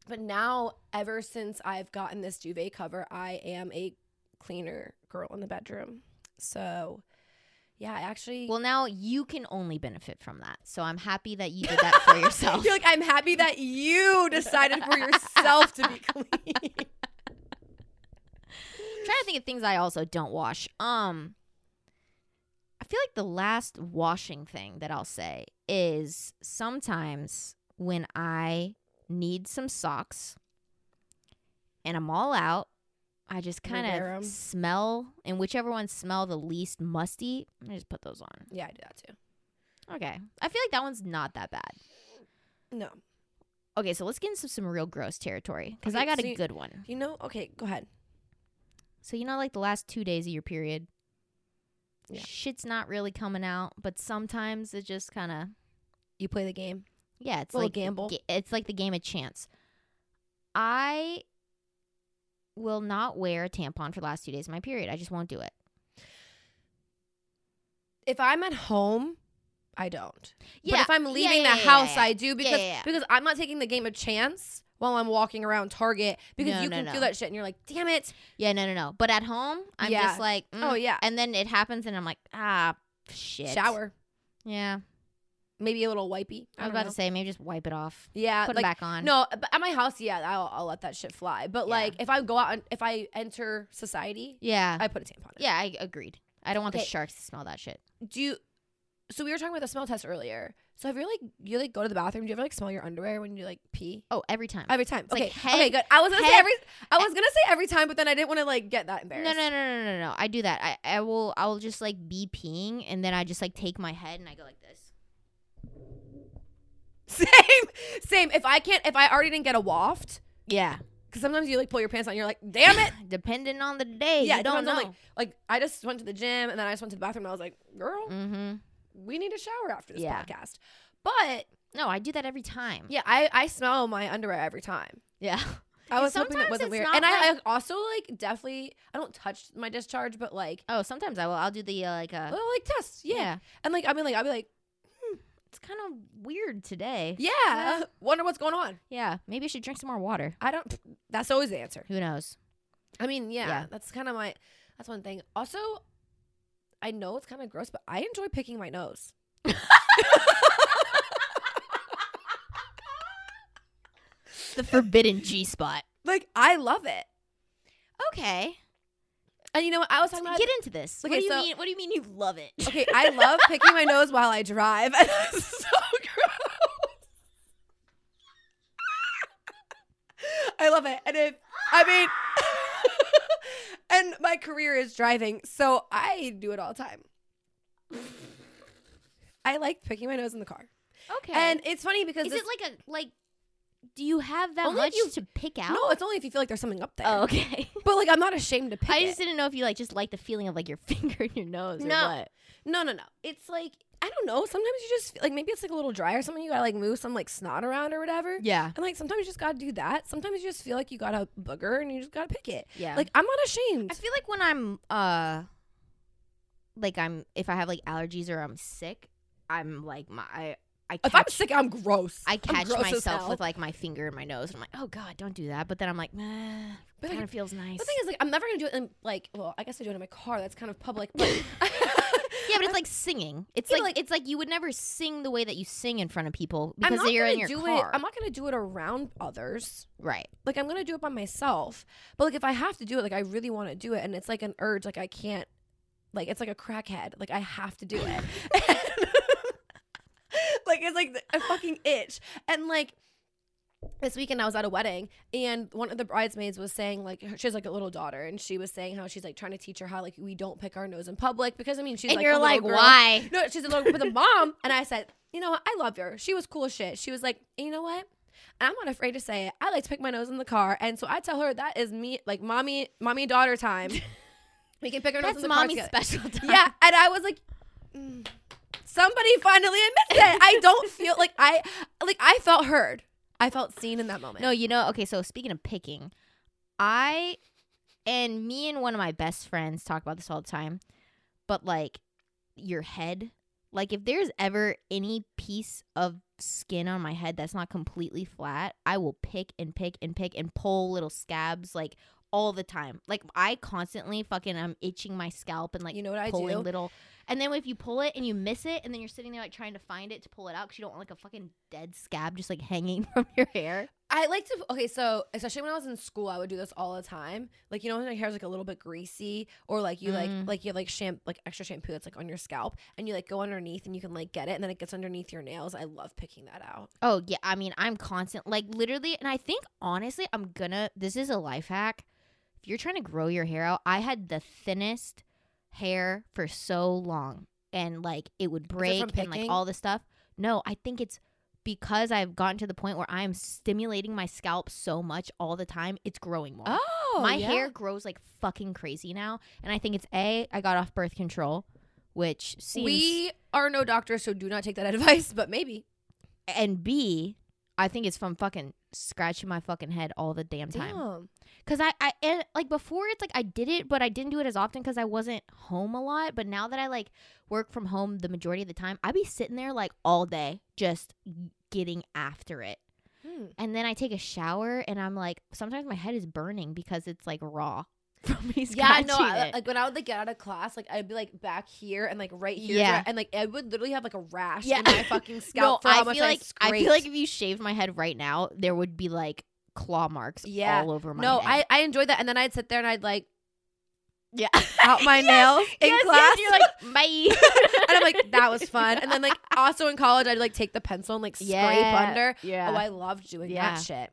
Speaker 2: but now, ever since I've gotten this duvet cover, I am a cleaner girl in the bedroom. So, yeah, I actually.
Speaker 1: Well, now you can only benefit from that. So I'm happy that you did that for yourself.
Speaker 2: You're like, I'm happy that you decided for yourself to be clean.
Speaker 1: I'm trying to think of things I also don't wash. Um, I feel like the last washing thing that I'll say is sometimes when I need some socks and I'm all out, I just
Speaker 2: You wear
Speaker 1: kind
Speaker 2: 'em.
Speaker 1: of smell, and whichever ones smell the least musty, I just put those on.
Speaker 2: yeah, I do that too.
Speaker 1: Okay. I feel like that one's not that bad.
Speaker 2: No,
Speaker 1: Okay, so let's get into some real gross territory because
Speaker 2: Okay,
Speaker 1: I got
Speaker 2: so
Speaker 1: a
Speaker 2: you-
Speaker 1: good one.
Speaker 2: you know. Okay, go ahead.
Speaker 1: So you know, like the last two days of your period,
Speaker 2: Yeah.
Speaker 1: shit's not really coming out, but sometimes it just kind of
Speaker 2: You play the game.
Speaker 1: yeah, it's
Speaker 2: Little
Speaker 1: like the
Speaker 2: gamble.
Speaker 1: ga- it's like the game of chance. I will not wear a tampon for the last two days of my period. I just won't do it.
Speaker 2: if I'm at home, I don't.
Speaker 1: Yeah,
Speaker 2: But if I'm
Speaker 1: yeah,
Speaker 2: leaving
Speaker 1: yeah,
Speaker 2: the
Speaker 1: yeah,
Speaker 2: house,
Speaker 1: yeah,
Speaker 2: I do because
Speaker 1: yeah, yeah.
Speaker 2: because I'm not taking the game of chance while I'm walking around Target because
Speaker 1: No,
Speaker 2: you
Speaker 1: no,
Speaker 2: can
Speaker 1: no.
Speaker 2: feel that shit and you're like, damn it.
Speaker 1: yeah, no, no, no. But at home, I'm
Speaker 2: Yeah.
Speaker 1: just like,
Speaker 2: Oh
Speaker 1: mm.
Speaker 2: yeah.
Speaker 1: and then it happens, and I'm like, ah, shit.
Speaker 2: Shower.
Speaker 1: Yeah,
Speaker 2: Maybe a little wipey.
Speaker 1: I was
Speaker 2: don't
Speaker 1: about
Speaker 2: know.
Speaker 1: to say maybe just wipe it off,
Speaker 2: Yeah,
Speaker 1: put it
Speaker 2: like
Speaker 1: back on.
Speaker 2: no, but at my house, yeah, I'll, I'll let that shit fly. But
Speaker 1: Yeah.
Speaker 2: like, if I go out, and if I enter society,
Speaker 1: yeah,
Speaker 2: I put a tampon. In.
Speaker 1: yeah, I agreed. I don't want
Speaker 2: Okay.
Speaker 1: the sharks to smell that shit.
Speaker 2: Do you? So we were talking about the smell test earlier. So have you like you like go to the bathroom? Do you ever like smell your underwear when you like pee?
Speaker 1: Oh, every time.
Speaker 2: Every time.
Speaker 1: like
Speaker 2: okay.
Speaker 1: head-
Speaker 2: okay. Good. I was gonna say
Speaker 1: head-
Speaker 2: every. I was gonna say every time, but then I didn't want to like get that
Speaker 1: No,
Speaker 2: embarrassed.
Speaker 1: no, no, no, no, no. I do that. I, I will, I will just like be peeing, and then I just like take my head and I go like this.
Speaker 2: Same. Same. If I can't, if I already didn't get a waft,
Speaker 1: Yeah.
Speaker 2: because sometimes you like pull your pants on, you're like, damn it.
Speaker 1: Depending on the day,
Speaker 2: yeah.
Speaker 1: you don't know.
Speaker 2: depends on, like, like I just went to the gym and then I just went to the bathroom. and I was like, girl,
Speaker 1: mm-hmm.
Speaker 2: we need a shower after this
Speaker 1: Yeah.
Speaker 2: podcast. But
Speaker 1: No, I do that every time.
Speaker 2: yeah, I I smell my underwear every time.
Speaker 1: Yeah.
Speaker 2: I was hoping that
Speaker 1: sometimes
Speaker 2: wasn't
Speaker 1: it's
Speaker 2: weird.
Speaker 1: not
Speaker 2: And I, I
Speaker 1: like-
Speaker 2: also like definitely I don't touch my discharge, but like
Speaker 1: Oh, sometimes I will. I'll do the uh, like uh,
Speaker 2: oh like tests, yeah.
Speaker 1: yeah.
Speaker 2: And like I mean like I'll be like
Speaker 1: It's kind of weird today.
Speaker 2: yeah, wonder what's going on.
Speaker 1: Yeah. Maybe I should drink some more water.
Speaker 2: I don't. That's always the answer.
Speaker 1: Who knows?
Speaker 2: I mean, yeah,
Speaker 1: Yeah.
Speaker 2: that's kind of my. That's one thing. Also, I know it's kind of gross, but I enjoy picking my nose.
Speaker 1: The forbidden G spot.
Speaker 2: Like I love it.
Speaker 1: Okay.
Speaker 2: And you know what? I was talking about.
Speaker 1: Get into this. what
Speaker 2: Okay,
Speaker 1: do you
Speaker 2: so-
Speaker 1: mean? What do you mean you love it?
Speaker 2: okay, I love picking my nose while I drive. It's so gross. I love it, and if I mean, and my career is driving, so I do it all the time. I like picking my nose in the car.
Speaker 1: Okay.
Speaker 2: And it's funny because
Speaker 1: Is
Speaker 2: this-
Speaker 1: it like a like? Do you have that
Speaker 2: Only if
Speaker 1: much
Speaker 2: you-
Speaker 1: to pick out?
Speaker 2: no, it's only if you feel like there's something up there.
Speaker 1: Oh, okay.
Speaker 2: But like, I'm not ashamed to pick
Speaker 1: I just
Speaker 2: it.
Speaker 1: didn't know if you like just like the feeling of like your finger in your nose
Speaker 2: No.
Speaker 1: or what.
Speaker 2: No, no, no. It's like I don't know. Sometimes you just feel- like maybe it's like a little dry or something. You gotta like move some like snot around or whatever.
Speaker 1: Yeah.
Speaker 2: And like sometimes you just gotta do that. Sometimes you just feel like you got a booger and you just gotta pick it.
Speaker 1: Yeah.
Speaker 2: Like I'm not ashamed.
Speaker 1: I feel like when I'm uh like I'm if I have like allergies or I'm sick, I'm like my I I catch,
Speaker 2: if I'm sick, I'm gross.
Speaker 1: I
Speaker 2: I'm
Speaker 1: catch
Speaker 2: gross as
Speaker 1: myself
Speaker 2: hell.
Speaker 1: with like my finger in my nose and I'm like, "Oh god, don't do that." But then I'm like, "Nah,
Speaker 2: But, like,
Speaker 1: kind of feels nice."
Speaker 2: The thing is, like, I'm never gonna do it in like. Well, I guess I do it in my car. That's kind of public. But
Speaker 1: yeah, but it's like singing. It's
Speaker 2: Yeah,
Speaker 1: like,
Speaker 2: like-
Speaker 1: it's like you would never sing the way that you sing in front of people
Speaker 2: I'm
Speaker 1: because
Speaker 2: not
Speaker 1: you're
Speaker 2: gonna
Speaker 1: in your
Speaker 2: do
Speaker 1: car.
Speaker 2: it. I'm not gonna do it around others.
Speaker 1: right.
Speaker 2: like I'm gonna do it by myself. But like if I have to do it, like I really want to do it, and it's like an urge, like I can't, like it's like a crackhead, like I have to do it. like it's like a fucking itch, and like. This weekend I was at a wedding and one of the bridesmaids was saying like her- she has like a little daughter and she was saying how she's like trying to teach her how like we don't pick our nose in public because I mean she's
Speaker 1: and
Speaker 2: like
Speaker 1: you're
Speaker 2: a little
Speaker 1: like,
Speaker 2: girl.
Speaker 1: "Why?"
Speaker 2: No, she's a little with a mom. And I said, you know what? I love her. She was cool as shit. She was like, "And you know what? I'm not afraid to say it. I like to pick my nose in the car. And so I tell her that is me, like mommy, mommy and daughter time. We can pick our nose
Speaker 1: That's
Speaker 2: in the
Speaker 1: mommy's
Speaker 2: car. together."
Speaker 1: special time.
Speaker 2: Yeah. And I was like, mm, Somebody finally admits it. I don't feel like I like I felt heard. I felt seen in that moment.
Speaker 1: No, you know, okay, so speaking of picking, I and me and one of my best friends talk about this all the time. But like your head, like if there's ever any piece of skin on my head that's not completely flat, I will pick and pick and pick and pull little scabs like all the time. Like I constantly fucking I'm itching my scalp and like
Speaker 2: you know what I
Speaker 1: pulling
Speaker 2: do?
Speaker 1: little and then if you pull it and you miss it and then you're sitting there like trying to find it to pull it out because you don't want like a fucking dead scab just like hanging from your hair.
Speaker 2: I like to okay, so especially when I was in school, I would do this all the time. Like you know when your hair's like a little bit greasy, or like you like
Speaker 1: Mm.
Speaker 2: like you have like shampoo like extra shampoo that's like on your scalp, and you like go underneath and you can like get it, and then it gets underneath your nails. I love picking that out.
Speaker 1: Oh yeah, I mean I'm constant like literally and I think honestly I'm gonna this is a life hack. If you're trying to grow your hair out, I had the thinnest hair for so long and like it would break
Speaker 2: from
Speaker 1: and like
Speaker 2: picking?
Speaker 1: all this stuff. No, I think it's because I've gotten to the point where I'm stimulating my scalp so much all the time, it's growing more.
Speaker 2: Oh,
Speaker 1: my hair grows like fucking crazy now, and I think it's a I got off birth control, which seems
Speaker 2: We are no doctors, so do not take that advice. But maybe
Speaker 1: and B, I think it's from fucking scratching my fucking head all the damn time.
Speaker 2: Damn.
Speaker 1: Cause I, I and like before it's like I did it, but I didn't do it as often because I wasn't home a lot. But now that I like work from home the majority of the time, I be sitting there like all day just getting after it.
Speaker 2: Hmm.
Speaker 1: And then I take a shower and I'm like, sometimes my head is burning because it's like raw from me
Speaker 2: Yeah,
Speaker 1: scratching
Speaker 2: no, I,
Speaker 1: it.
Speaker 2: like when I would like get out of class, like I'd be like back here and like right here,
Speaker 1: Yeah.
Speaker 2: and like I would literally have like a rash
Speaker 1: Yeah.
Speaker 2: in my fucking scalp. for
Speaker 1: I
Speaker 2: how
Speaker 1: feel
Speaker 2: much
Speaker 1: like
Speaker 2: I,
Speaker 1: I feel
Speaker 2: scraped.
Speaker 1: like if you shaved my head right now, there would be like claw marks
Speaker 2: Yeah.
Speaker 1: all over my
Speaker 2: no,
Speaker 1: head.
Speaker 2: I I enjoyed that, and then I'd sit there and I'd like
Speaker 1: Yeah.
Speaker 2: out my
Speaker 1: Yes,
Speaker 2: nails in
Speaker 1: yes,
Speaker 2: class.
Speaker 1: Yes, you're like, bye.
Speaker 2: and I'm like, that was fun. And then like also in college, I'd like take the pencil and like scrape
Speaker 1: Yeah,
Speaker 2: under.
Speaker 1: Yeah.
Speaker 2: Oh, I loved doing
Speaker 1: Yeah.
Speaker 2: that shit.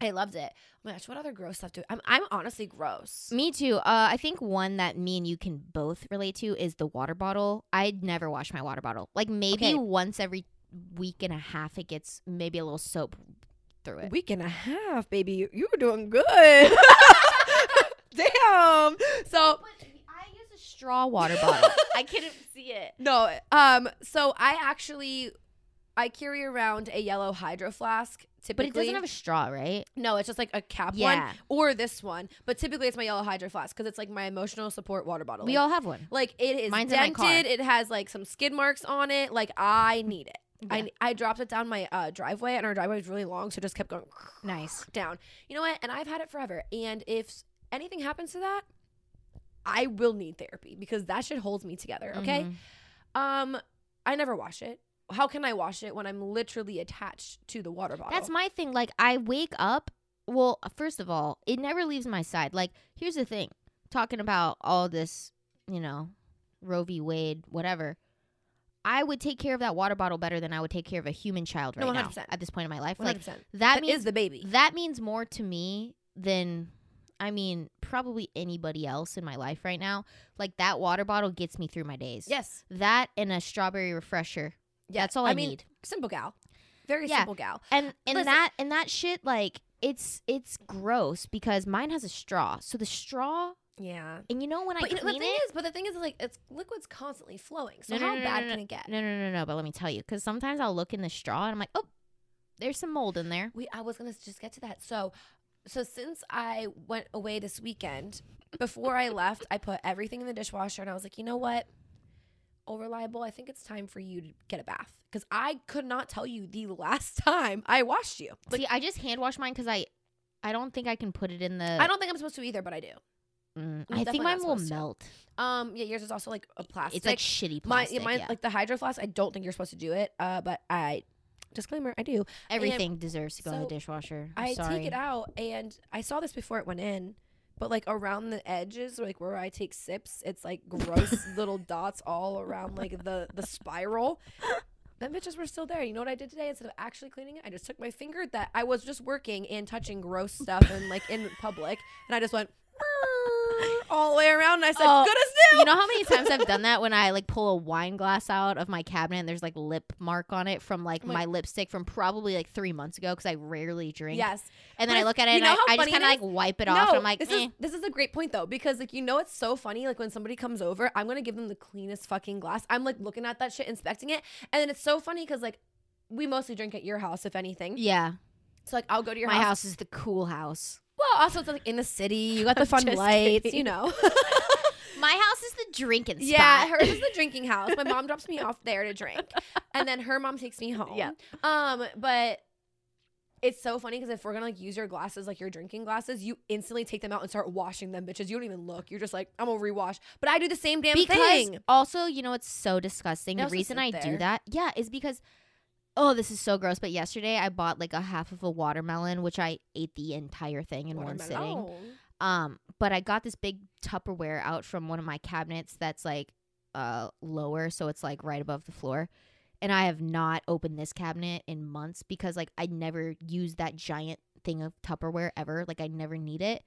Speaker 2: I loved it. Oh my gosh, what other gross stuff do I'm I'm honestly gross.
Speaker 1: me too. Uh, I think one that me and you can both relate to is the water bottle. I'd never wash my water bottle. Like maybe
Speaker 2: Okay.
Speaker 1: once every week and a half, it gets maybe a little soap through it.
Speaker 2: Week and a half, baby. You, you were doing good. Damn. So
Speaker 1: I use a straw water bottle. oh. I couldn't see it.
Speaker 2: no, um, so I actually I carry around a yellow hydro flask.
Speaker 1: But
Speaker 2: Typically,
Speaker 1: it doesn't have a straw, right?
Speaker 2: No, it's just like a cap
Speaker 1: Yeah.
Speaker 2: one or this one. But typically it's my yellow hydro flask because it's like my emotional support water bottle.
Speaker 1: We
Speaker 2: Like,
Speaker 1: all have one.
Speaker 2: like it is
Speaker 1: Mine's in my
Speaker 2: dented.
Speaker 1: car.
Speaker 2: It has like some skid marks on it. Like I need it.
Speaker 1: Yeah.
Speaker 2: I, I dropped it down my uh, driveway and our driveway was really long, so it just kept going
Speaker 1: Nice.
Speaker 2: down. You know what? And I've had it forever. And if s- anything happens to that, I will need therapy because that shit holds me together. Okay.
Speaker 1: Mhm.
Speaker 2: Um, I never wash it. How can I wash it when I'm literally attached to the water bottle?
Speaker 1: That's my thing. Like I wake up. Well, uh, first of all, it never leaves my side. Like here's the thing. Talking about all this, you know, Roe v. Wade, whatever. I would take care of that water bottle better than I would take care of a human child right
Speaker 2: No,
Speaker 1: now
Speaker 2: 100%.
Speaker 1: at this point in my life.
Speaker 2: 100%.
Speaker 1: Like that
Speaker 2: that
Speaker 1: means
Speaker 2: is the baby.
Speaker 1: that means more to me than I mean probably anybody else in my life right now. Like that water bottle gets me through my days.
Speaker 2: Yes.
Speaker 1: That and a strawberry refresher.
Speaker 2: Yeah.
Speaker 1: That's all I
Speaker 2: mean,
Speaker 1: need.
Speaker 2: Simple gal. Very
Speaker 1: Yeah.
Speaker 2: simple gal.
Speaker 1: and and
Speaker 2: Listen-
Speaker 1: that and that shit like it's it's gross because mine has a straw so the straw
Speaker 2: Yeah.
Speaker 1: and you know when
Speaker 2: But
Speaker 1: i
Speaker 2: you know, the
Speaker 1: clean
Speaker 2: thing
Speaker 1: it
Speaker 2: is, but the thing is, like, it's liquid's constantly flowing. So
Speaker 1: No, no,
Speaker 2: how
Speaker 1: no, no,
Speaker 2: bad
Speaker 1: no,
Speaker 2: can it get?
Speaker 1: no no no no but let me tell you because sometimes i'll look in the straw and i'm like oh there's some mold in there
Speaker 2: We, I was gonna just get to that. So, so since I went away this weekend, before I left, I put everything in the dishwasher, and I was like, you know what, oh reliable, I think it's time for you to get a bath because I could not tell you the last time I washed you. Like,
Speaker 1: see i just hand wash mine because i i don't think i can put it in the
Speaker 2: I don't think I'm supposed to either, but I do.
Speaker 1: Mm,
Speaker 2: I'm
Speaker 1: i think
Speaker 2: definitely
Speaker 1: mine
Speaker 2: not
Speaker 1: will
Speaker 2: supposed to.
Speaker 1: melt
Speaker 2: Um, yeah, yours is also like a plastic.
Speaker 1: it's like shitty
Speaker 2: my,
Speaker 1: plastic
Speaker 2: yeah, mine
Speaker 1: yeah.
Speaker 2: like the hydro flask. I don't think you're supposed to do it. Uh, but I disclaimer, I do.
Speaker 1: everything deserves to go in the
Speaker 2: so
Speaker 1: dishwasher I'm
Speaker 2: I
Speaker 1: sorry.
Speaker 2: take it out, and I saw this before it went in, but like around the edges, like where I take sips, it's like gross little dots all around like the the spiral. Them bitches were still there. You know what I did today? Instead of actually cleaning it, I just took my finger that I was just working and touching gross stuff and like in public, and I just went. all the way around. And I said,
Speaker 1: Oh,
Speaker 2: "Good as new."
Speaker 1: You know how many times I've done that when I like pull a wine glass out of my cabinet and there's like lip mark on it from like
Speaker 2: I'm like-
Speaker 1: my lipstick from probably like three months ago because I rarely drink.
Speaker 2: yes.
Speaker 1: And then
Speaker 2: But
Speaker 1: I
Speaker 2: it's-
Speaker 1: look at it
Speaker 2: you
Speaker 1: and
Speaker 2: know
Speaker 1: I,
Speaker 2: how
Speaker 1: I just
Speaker 2: funny it
Speaker 1: kind of like
Speaker 2: is?
Speaker 1: wipe it off. And I'm like,
Speaker 2: this
Speaker 1: eh.
Speaker 2: is this is a great point though because like you know it's so funny like when somebody comes over I'm gonna give them the cleanest fucking glass I'm like looking at that shit inspecting it and then it's so funny because like we mostly drink at your house if anything
Speaker 1: yeah.
Speaker 2: so like I'll go to your
Speaker 1: My
Speaker 2: house.
Speaker 1: house is the cool house.
Speaker 2: well also it's like in the city you got the
Speaker 1: I'm
Speaker 2: fun
Speaker 1: just
Speaker 2: lights
Speaker 1: kidding.
Speaker 2: you know
Speaker 1: My house is the drinking spot.
Speaker 2: yeah hers is the drinking house my mom drops me off there to drink and then her mom takes me home
Speaker 1: Yeah.
Speaker 2: um but it's so funny because if we're gonna like use your glasses, like your drinking glasses, you instantly take them out and start washing them, bitches. You don't even look. You're just like, I'm gonna rewash. But I do the same damn
Speaker 1: because
Speaker 2: thing.
Speaker 1: also, you know, it's so disgusting.
Speaker 2: They
Speaker 1: The
Speaker 2: also
Speaker 1: reason
Speaker 2: sit
Speaker 1: I
Speaker 2: there.
Speaker 1: do that, yeah, is because oh, this is so gross. But yesterday I bought like a half of a watermelon, which I ate the entire thing in one sitting.
Speaker 2: Watermelon.
Speaker 1: Um, but I got this big Tupperware out from one of my cabinets that's like uh lower, so it's like right above the floor. And I have not opened this cabinet in months because like I never use that giant thing of Tupperware ever. Like I never need it.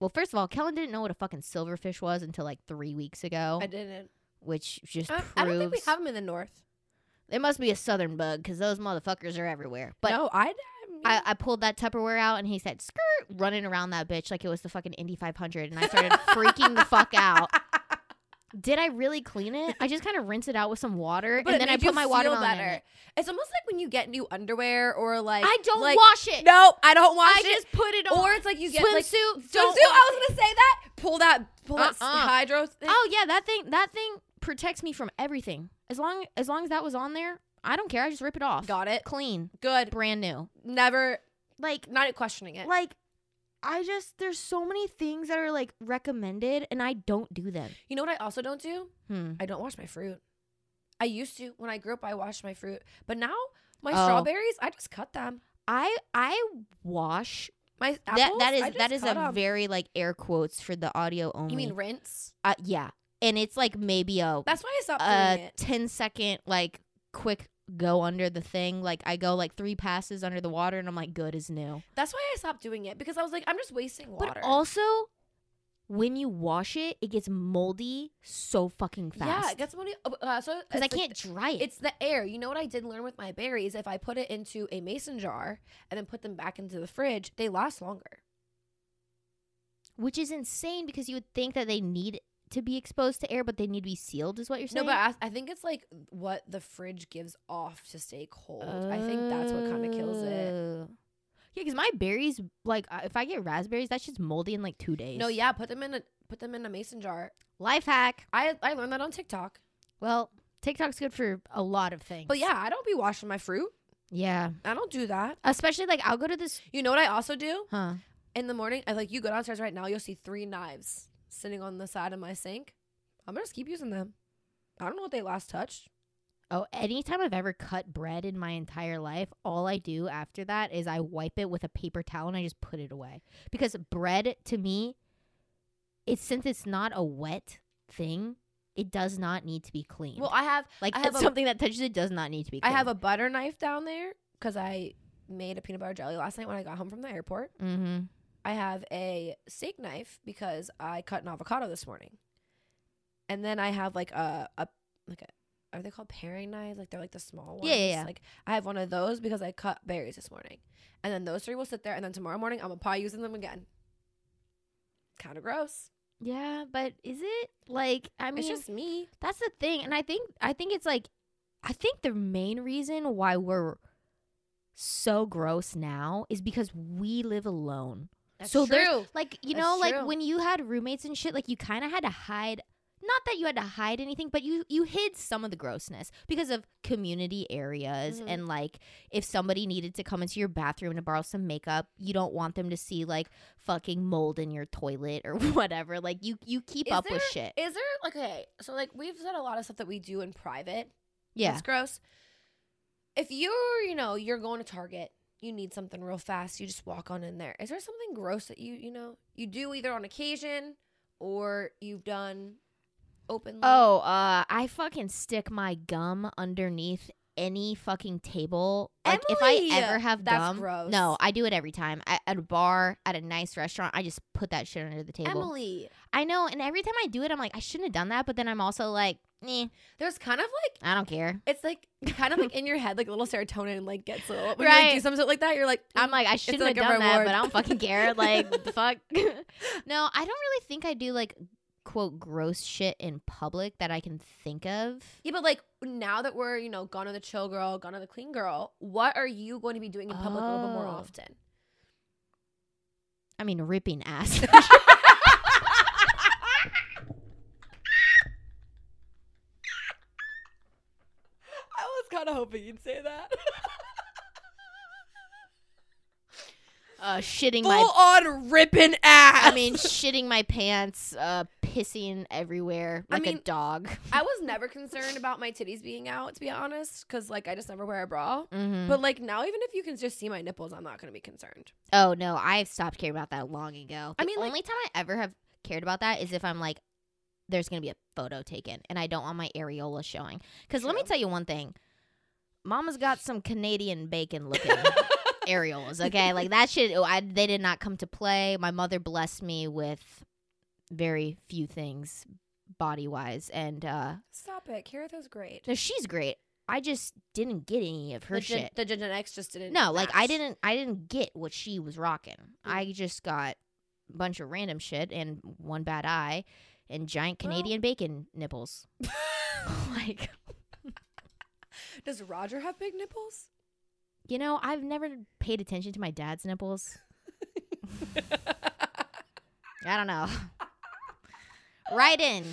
Speaker 1: Well, first of all, Kellen didn't know what a fucking silverfish was until like three weeks ago,
Speaker 2: I didn't.
Speaker 1: which just
Speaker 2: I,
Speaker 1: proves
Speaker 2: I don't think we have them in the north.
Speaker 1: it must be a southern bug because those motherfuckers are everywhere. But
Speaker 2: no, I.
Speaker 1: I, I pulled that Tupperware out and he said, skirt, running around that bitch like it was the fucking Indy 500. And I started freaking the fuck out. Did I really clean it? I just kind of rinse it out with some water
Speaker 2: but
Speaker 1: and then I put my watermelon
Speaker 2: better.
Speaker 1: in it.
Speaker 2: It's almost like when you get new underwear or like
Speaker 1: I don't
Speaker 2: like,
Speaker 1: wash it.
Speaker 2: No, I don't wash
Speaker 1: I
Speaker 2: it.
Speaker 1: just put it on.
Speaker 2: or it's like you get like
Speaker 1: swimsuit.
Speaker 2: swimsuit.
Speaker 1: don't
Speaker 2: I
Speaker 1: wash
Speaker 2: was gonna say that. Pull that. Pull that s-
Speaker 1: Uh-uh.
Speaker 2: hydro.
Speaker 1: it.
Speaker 2: Thing.
Speaker 1: Oh yeah, that thing that thing protects me from everything. As long as long as that was on there, I don't care. I just rip it off.
Speaker 2: Got it.
Speaker 1: Clean.
Speaker 2: Good.
Speaker 1: Brand new.
Speaker 2: Never.
Speaker 1: Like
Speaker 2: Not questioning it.
Speaker 1: like I just there's so many things that are like recommended and I don't do them.
Speaker 2: You know what I also don't do?
Speaker 1: Hmm.
Speaker 2: I don't wash my fruit. I used to when I grew up. I washed my fruit, but now my
Speaker 1: Oh.
Speaker 2: strawberries, I just cut them.
Speaker 1: I I wash
Speaker 2: My
Speaker 1: that
Speaker 2: apples,
Speaker 1: that
Speaker 2: I
Speaker 1: is
Speaker 2: just
Speaker 1: that is a
Speaker 2: cut 'em.
Speaker 1: very like air quotes for the audio only.
Speaker 2: You mean rinse?
Speaker 1: uh, yeah, and it's like maybe a
Speaker 2: That's why I stopped
Speaker 1: a
Speaker 2: doing it.
Speaker 1: 10 second like quick go under the thing. Like I go like three passes under the water and I'm like good as new.
Speaker 2: That's why I stopped doing it because I was like, I'm just wasting water.
Speaker 1: But also when you wash it, it gets moldy so fucking
Speaker 2: yeah,
Speaker 1: fast.
Speaker 2: it gets money. Uh, so
Speaker 1: because I
Speaker 2: it's like-
Speaker 1: can't dry it.
Speaker 2: It's the air. You know what I did learn with my berries? If I put it into a mason jar and then put them back into the fridge, they last longer.
Speaker 1: which is insane because you would think that they need to be exposed to air, but they need to be sealed, is what you're
Speaker 2: No,
Speaker 1: saying.
Speaker 2: but I, I think it's like what the fridge gives off to stay cold. I think that's what kind of kills it.
Speaker 1: Oh. Yeah, because my berries, like I- if I get raspberries, that shit's moldy in like two days.
Speaker 2: No, yeah, put them in a put them in a mason jar.
Speaker 1: Oh, Life hack.
Speaker 2: I I learned that on TikTok.
Speaker 1: Well, TikTok's good for a lot of things.
Speaker 2: But yeah, I don't be washing my fruit.
Speaker 1: yeah,
Speaker 2: I don't do that.
Speaker 1: especially like I'll go to this.
Speaker 2: You know what I also do
Speaker 1: Huh.
Speaker 2: in the morning? I like you go downstairs right now. You'll see three knives sitting on the side of my sink. I'm gonna just keep using them. I don't know what they last touched.
Speaker 1: Oh, anytime I've ever cut bread in my entire life, all I do after that is I wipe it with a paper towel and I just put it away. Because bread to me, it's since it's not a wet thing, it does not need to be clean.
Speaker 2: Well, I have
Speaker 1: like
Speaker 2: I have a-
Speaker 1: something that touches it does not need to be.
Speaker 2: I
Speaker 1: clean.
Speaker 2: have a butter knife down there because I made a peanut butter jelly last night when I got home from the airport.
Speaker 1: Mm-hmm.
Speaker 2: I have a steak knife because I cut an avocado this morning, and then I have like a a like a are they called paring knives? Like they're like the small ones.
Speaker 1: Yeah, yeah, yeah.
Speaker 2: Like I have one of those because I cut berries this morning, and then those three will sit there, and then tomorrow morning I'm gonna probably using them again. Kind of gross.
Speaker 1: Yeah, but is it like I mean
Speaker 2: it's just me.
Speaker 1: that's the thing and I think I think it's like I think the main reason why we're so gross now is because we live alone. so there's- Like you
Speaker 2: That's
Speaker 1: know
Speaker 2: true.
Speaker 1: like when you had roommates and shit like you kind of had to hide not that you had to hide anything but you you hid some of the grossness because of community areas
Speaker 2: Mhm.
Speaker 1: and like if somebody needed to come into your bathroom to borrow some makeup you don't want them to see like fucking mold in your toilet or whatever like you you keep
Speaker 2: Is
Speaker 1: up with
Speaker 2: there-
Speaker 1: shit.
Speaker 2: Is there okay? So like we've said a lot of stuff that we do in private.
Speaker 1: yeah.
Speaker 2: It's gross. If you're, you know, you're going to Target, you need something real fast, you just walk on in there. Is there something gross that you, you know, you do either on occasion or you've done openly?
Speaker 1: Oh, uh, I fucking stick my gum underneath any fucking table. Like if I
Speaker 2: Emily!
Speaker 1: ever have
Speaker 2: That's
Speaker 1: gum,
Speaker 2: gross.
Speaker 1: no, I do it every time at, at a bar, at a nice restaurant. I just put that shit under the table.
Speaker 2: Emily,
Speaker 1: I know, and every time I do it, I'm like, I shouldn't have done that. But then I'm also like, eh,
Speaker 2: there's kind of like
Speaker 1: I don't care.
Speaker 2: it's like kind of like in your head, like a little serotonin like gets a little when you like, do
Speaker 1: Right.
Speaker 2: something like that. You're like,
Speaker 1: I'm like, I shouldn't
Speaker 2: Mm, like a
Speaker 1: have done that,
Speaker 2: reward.
Speaker 1: but I don't fucking care. Like, the fuck. no, I don't really think I do like quote gross shit in public that I can think of.
Speaker 2: yeah, but like now that we're you know gone to the chill girl, gone to the clean girl, what are you going to be doing in public a little bit more
Speaker 1: Oh.
Speaker 2: often?
Speaker 1: I mean, ripping ass.
Speaker 2: I was kind of hoping you'd say that.
Speaker 1: uh, shitting my
Speaker 2: Full on ripping ass.
Speaker 1: I mean, shitting my pants, uh, pissing everywhere
Speaker 2: I
Speaker 1: like a
Speaker 2: mean-
Speaker 1: dog.
Speaker 2: I was never concerned about my titties being out, to be honest, because like I just never wear a bra.
Speaker 1: Mhm.
Speaker 2: But like now, even if you can just see my nipples, I'm not gonna be concerned.
Speaker 1: oh no, I've stopped caring about that long ago.
Speaker 2: I
Speaker 1: The
Speaker 2: mean, like-
Speaker 1: only time I ever have cared about that is if I'm like, there's gonna be a photo taken, and I don't want my areola showing. Because let me
Speaker 2: True.
Speaker 1: tell you one thing, Mama's got some Canadian bacon looking. areolas okay like that shit oh, I, they did not come to play my mother blessed me with very few things body wise and uh
Speaker 2: Stop it. Kirito's great.
Speaker 1: No, she's great. I just didn't get any of her
Speaker 2: the
Speaker 1: shit.
Speaker 2: Gen- the Gen X just didn't.
Speaker 1: no, like I
Speaker 2: match.
Speaker 1: didn't I didn't get what she was rocking. I just got a bunch of random shit and one bad eye and giant
Speaker 2: Well-
Speaker 1: Canadian bacon nipples. like,
Speaker 2: Does Roger have big nipples?
Speaker 1: you know, I've never paid attention to my dad's nipples. I don't know. right in.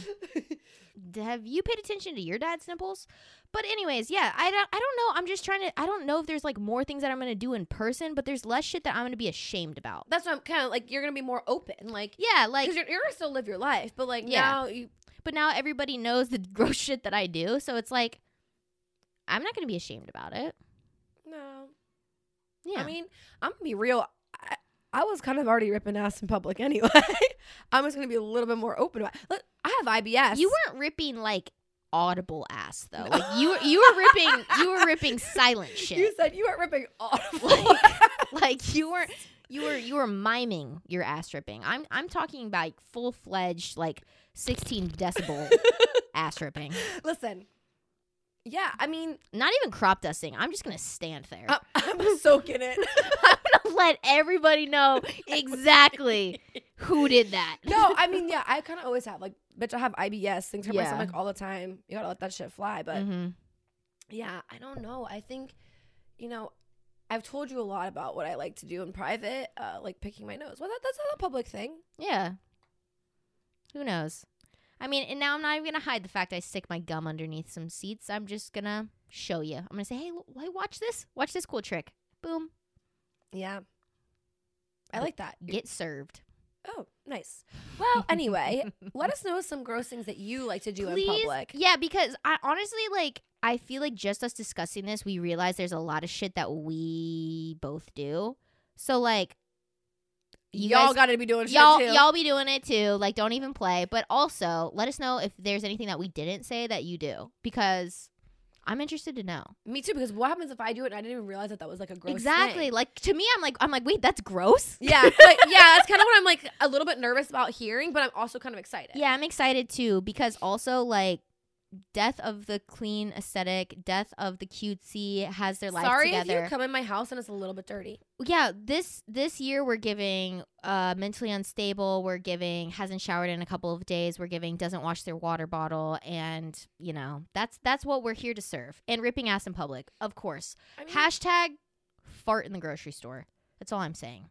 Speaker 1: D- Have you paid attention to your dad's nipples? But anyways, yeah, I don't I don't know. I'm just trying to I don't know if there's like more things that I'm going to do in person, but there's less shit that I'm going to be ashamed about.
Speaker 2: That's what I'm kind of like. You're gonna be more open, like
Speaker 1: Yeah, like
Speaker 2: because you're, you're gonna still live your life, but like
Speaker 1: Yeah.
Speaker 2: now you
Speaker 1: but now everybody knows the gross shit that I do, so it's like I'm not going to be ashamed about it.
Speaker 2: no.
Speaker 1: Yeah.
Speaker 2: I mean, I'm gonna be real. I, I was kind of already ripping ass in public anyway. I'm just gonna be a little bit more open about. Look, I have IBS.
Speaker 1: you weren't ripping like audible ass though. Like you were, you were ripping you were ripping silent shit.
Speaker 2: You said you weren't ripping audible.
Speaker 1: Like- like you were you were you were miming your ass ripping. I'm I'm talking about full fledged like 16 decibel ass ripping.
Speaker 2: Listen. Yeah, I mean,
Speaker 1: Not even crop dusting. I'm just gonna stand there.
Speaker 2: I, I'm soaking it.
Speaker 1: Let everybody know exactly who did that.
Speaker 2: no, I mean, yeah, I kind of always have like, bitch, I have IBS. Things hurt my
Speaker 1: Yeah.
Speaker 2: stomach all the time. You gotta let that shit fly. But
Speaker 1: Mhm.
Speaker 2: yeah, I don't know. I think, you know, I've told you a lot about what I like to do in private, uh, like picking my nose. Well, that, that's not a public thing.
Speaker 1: Yeah. Who knows? I mean, and now I'm not even gonna hide the fact I stick my gum underneath some seats. I'm just gonna show you. I'm gonna say, hey, w- hey, watch this, watch this cool trick. Boom,
Speaker 2: Yeah, I
Speaker 1: But
Speaker 2: like that.
Speaker 1: get served.
Speaker 2: Oh, nice. Well, anyway, let us know some gross things that you like to do in public.
Speaker 1: Yeah, because I honestly like I feel like just us discussing this, we realize there's a lot of shit that we both do. So like you
Speaker 2: all
Speaker 1: guys-
Speaker 2: got to be doing Oh, shit
Speaker 1: y'all
Speaker 2: too.
Speaker 1: y'all be doing it too. Like don't even play. But also let us know if there's anything that we didn't say that you do because I'm interested to know.
Speaker 2: Me too, because what happens if I do it and I didn't even realize that that was like a gross
Speaker 1: exactly.
Speaker 2: thing?
Speaker 1: Like to me I'm like I'm like, wait, that's gross.
Speaker 2: Yeah, like, yeah, that's kind of what I'm like a little bit nervous about hearing, but I'm also kind of excited.
Speaker 1: Yeah, I'm excited too because also like death of the clean aesthetic, death of the cutesy has their life
Speaker 2: Sorry
Speaker 1: together.
Speaker 2: if you come in my house and it's a little bit dirty.
Speaker 1: yeah this this year we're giving uh mentally unstable we're giving hasn't showered in a couple of days we're giving doesn't wash their water bottle and you know that's that's what we're here to serve and ripping ass in public of course
Speaker 2: I mean,
Speaker 1: hashtag fart in the grocery store that's all i'm saying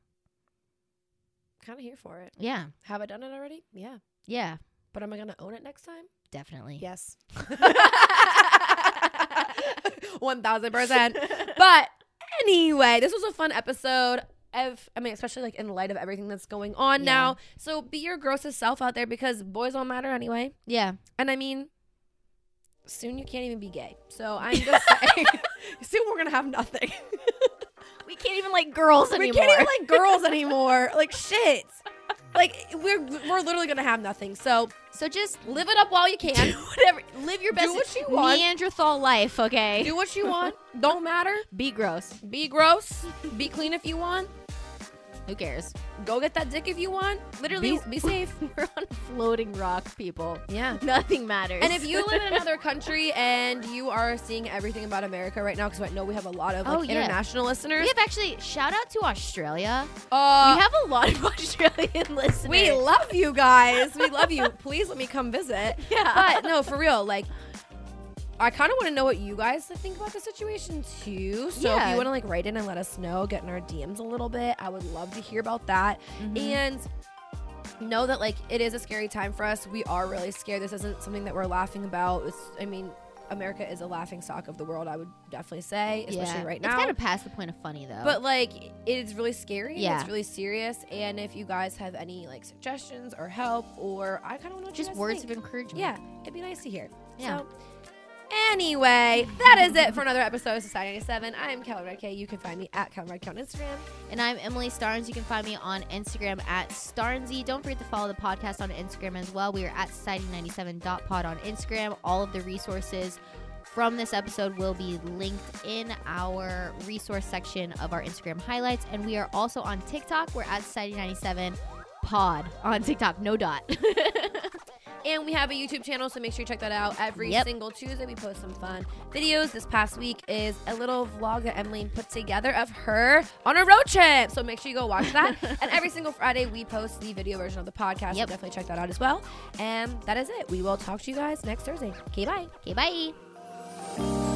Speaker 2: kind of here for it.
Speaker 1: yeah
Speaker 2: Have I done it already? Yeah,
Speaker 1: yeah
Speaker 2: but am I gonna own it next time?
Speaker 1: definitely
Speaker 2: Yes, one thousand percent. But anyway, this was a fun episode. Of, I mean, especially like in light of everything that's going on
Speaker 1: Yeah.
Speaker 2: now. So be your grossest self out there because boys don't matter anyway.
Speaker 1: yeah
Speaker 2: And I mean, soon you can't even be gay. So I'm just saying, soon we're gonna have nothing.
Speaker 1: we can't even like girls
Speaker 2: we can't even like girls anymore. Like shit. like we're we're literally gonna have nothing. So
Speaker 1: So just
Speaker 2: live it up while you
Speaker 1: do
Speaker 2: can.
Speaker 1: whatever, live your best
Speaker 2: Do what you want.
Speaker 1: Neanderthal life, okay?
Speaker 2: Do what you want. Don't matter.
Speaker 1: Be gross.
Speaker 2: Be gross. Be clean if you want.
Speaker 1: Who cares?
Speaker 2: Go get that dick if you want. Literally,
Speaker 1: Be-
Speaker 2: be safe.
Speaker 1: We're on floating rock, people.
Speaker 2: Yeah.
Speaker 1: Nothing matters.
Speaker 2: And if you live in another country and you are seeing everything about America right now, because I know we have a lot of like
Speaker 1: Oh, yeah.
Speaker 2: international listeners.
Speaker 1: we have actually shout out to Australia.
Speaker 2: Uh,
Speaker 1: we have a lot of Australian listeners.
Speaker 2: we love you guys. We love you. Please let me come visit.
Speaker 1: yeah.
Speaker 2: But no, for real, like. I kind of want to know what you guys think about the situation too. So if
Speaker 1: Yeah.
Speaker 2: you want to like write in and let us know, get in our DMs a little bit. I would love to hear about that. and know that like it is a scary time for us we are really scared this isn't something that we're laughing about it's i mean america is a laughing stock of the world i would definitely say especially right now
Speaker 1: It's kind of past the point of funny though.
Speaker 2: but like it is really scary yeah
Speaker 1: Yeah.
Speaker 2: it's really serious and if you guys have any like suggestions or help or i kind of want to
Speaker 1: just words of encouragement.
Speaker 2: yeah it'd be nice to hear
Speaker 1: Yeah.
Speaker 2: so Anyway, that is it for another episode of Society 97. I am Kellen Redkay. You can find me at Kellen Redkay on Instagram.
Speaker 1: And I'm Emily Starnes. You can find me on Instagram at Starnsy. Don't forget to follow the podcast on Instagram as well. We are at society97.pod on Instagram. All of the resources from this episode will be linked in our resource section of our Instagram highlights. And we are also on TikTok. We're at society97pod on TikTok, no dot.
Speaker 2: And we have a YouTube channel, so make sure you check that out every
Speaker 1: Yep.
Speaker 2: single Tuesday. We post some fun videos. This past week is a little vlog that Emily put together of her on a road trip. So make sure you go watch that. and every single Friday, we post the video version of the podcast. So
Speaker 1: Yep.
Speaker 2: definitely check that out as well. And that is it. We will talk to you guys next Thursday. Okay, bye.
Speaker 1: okay, bye.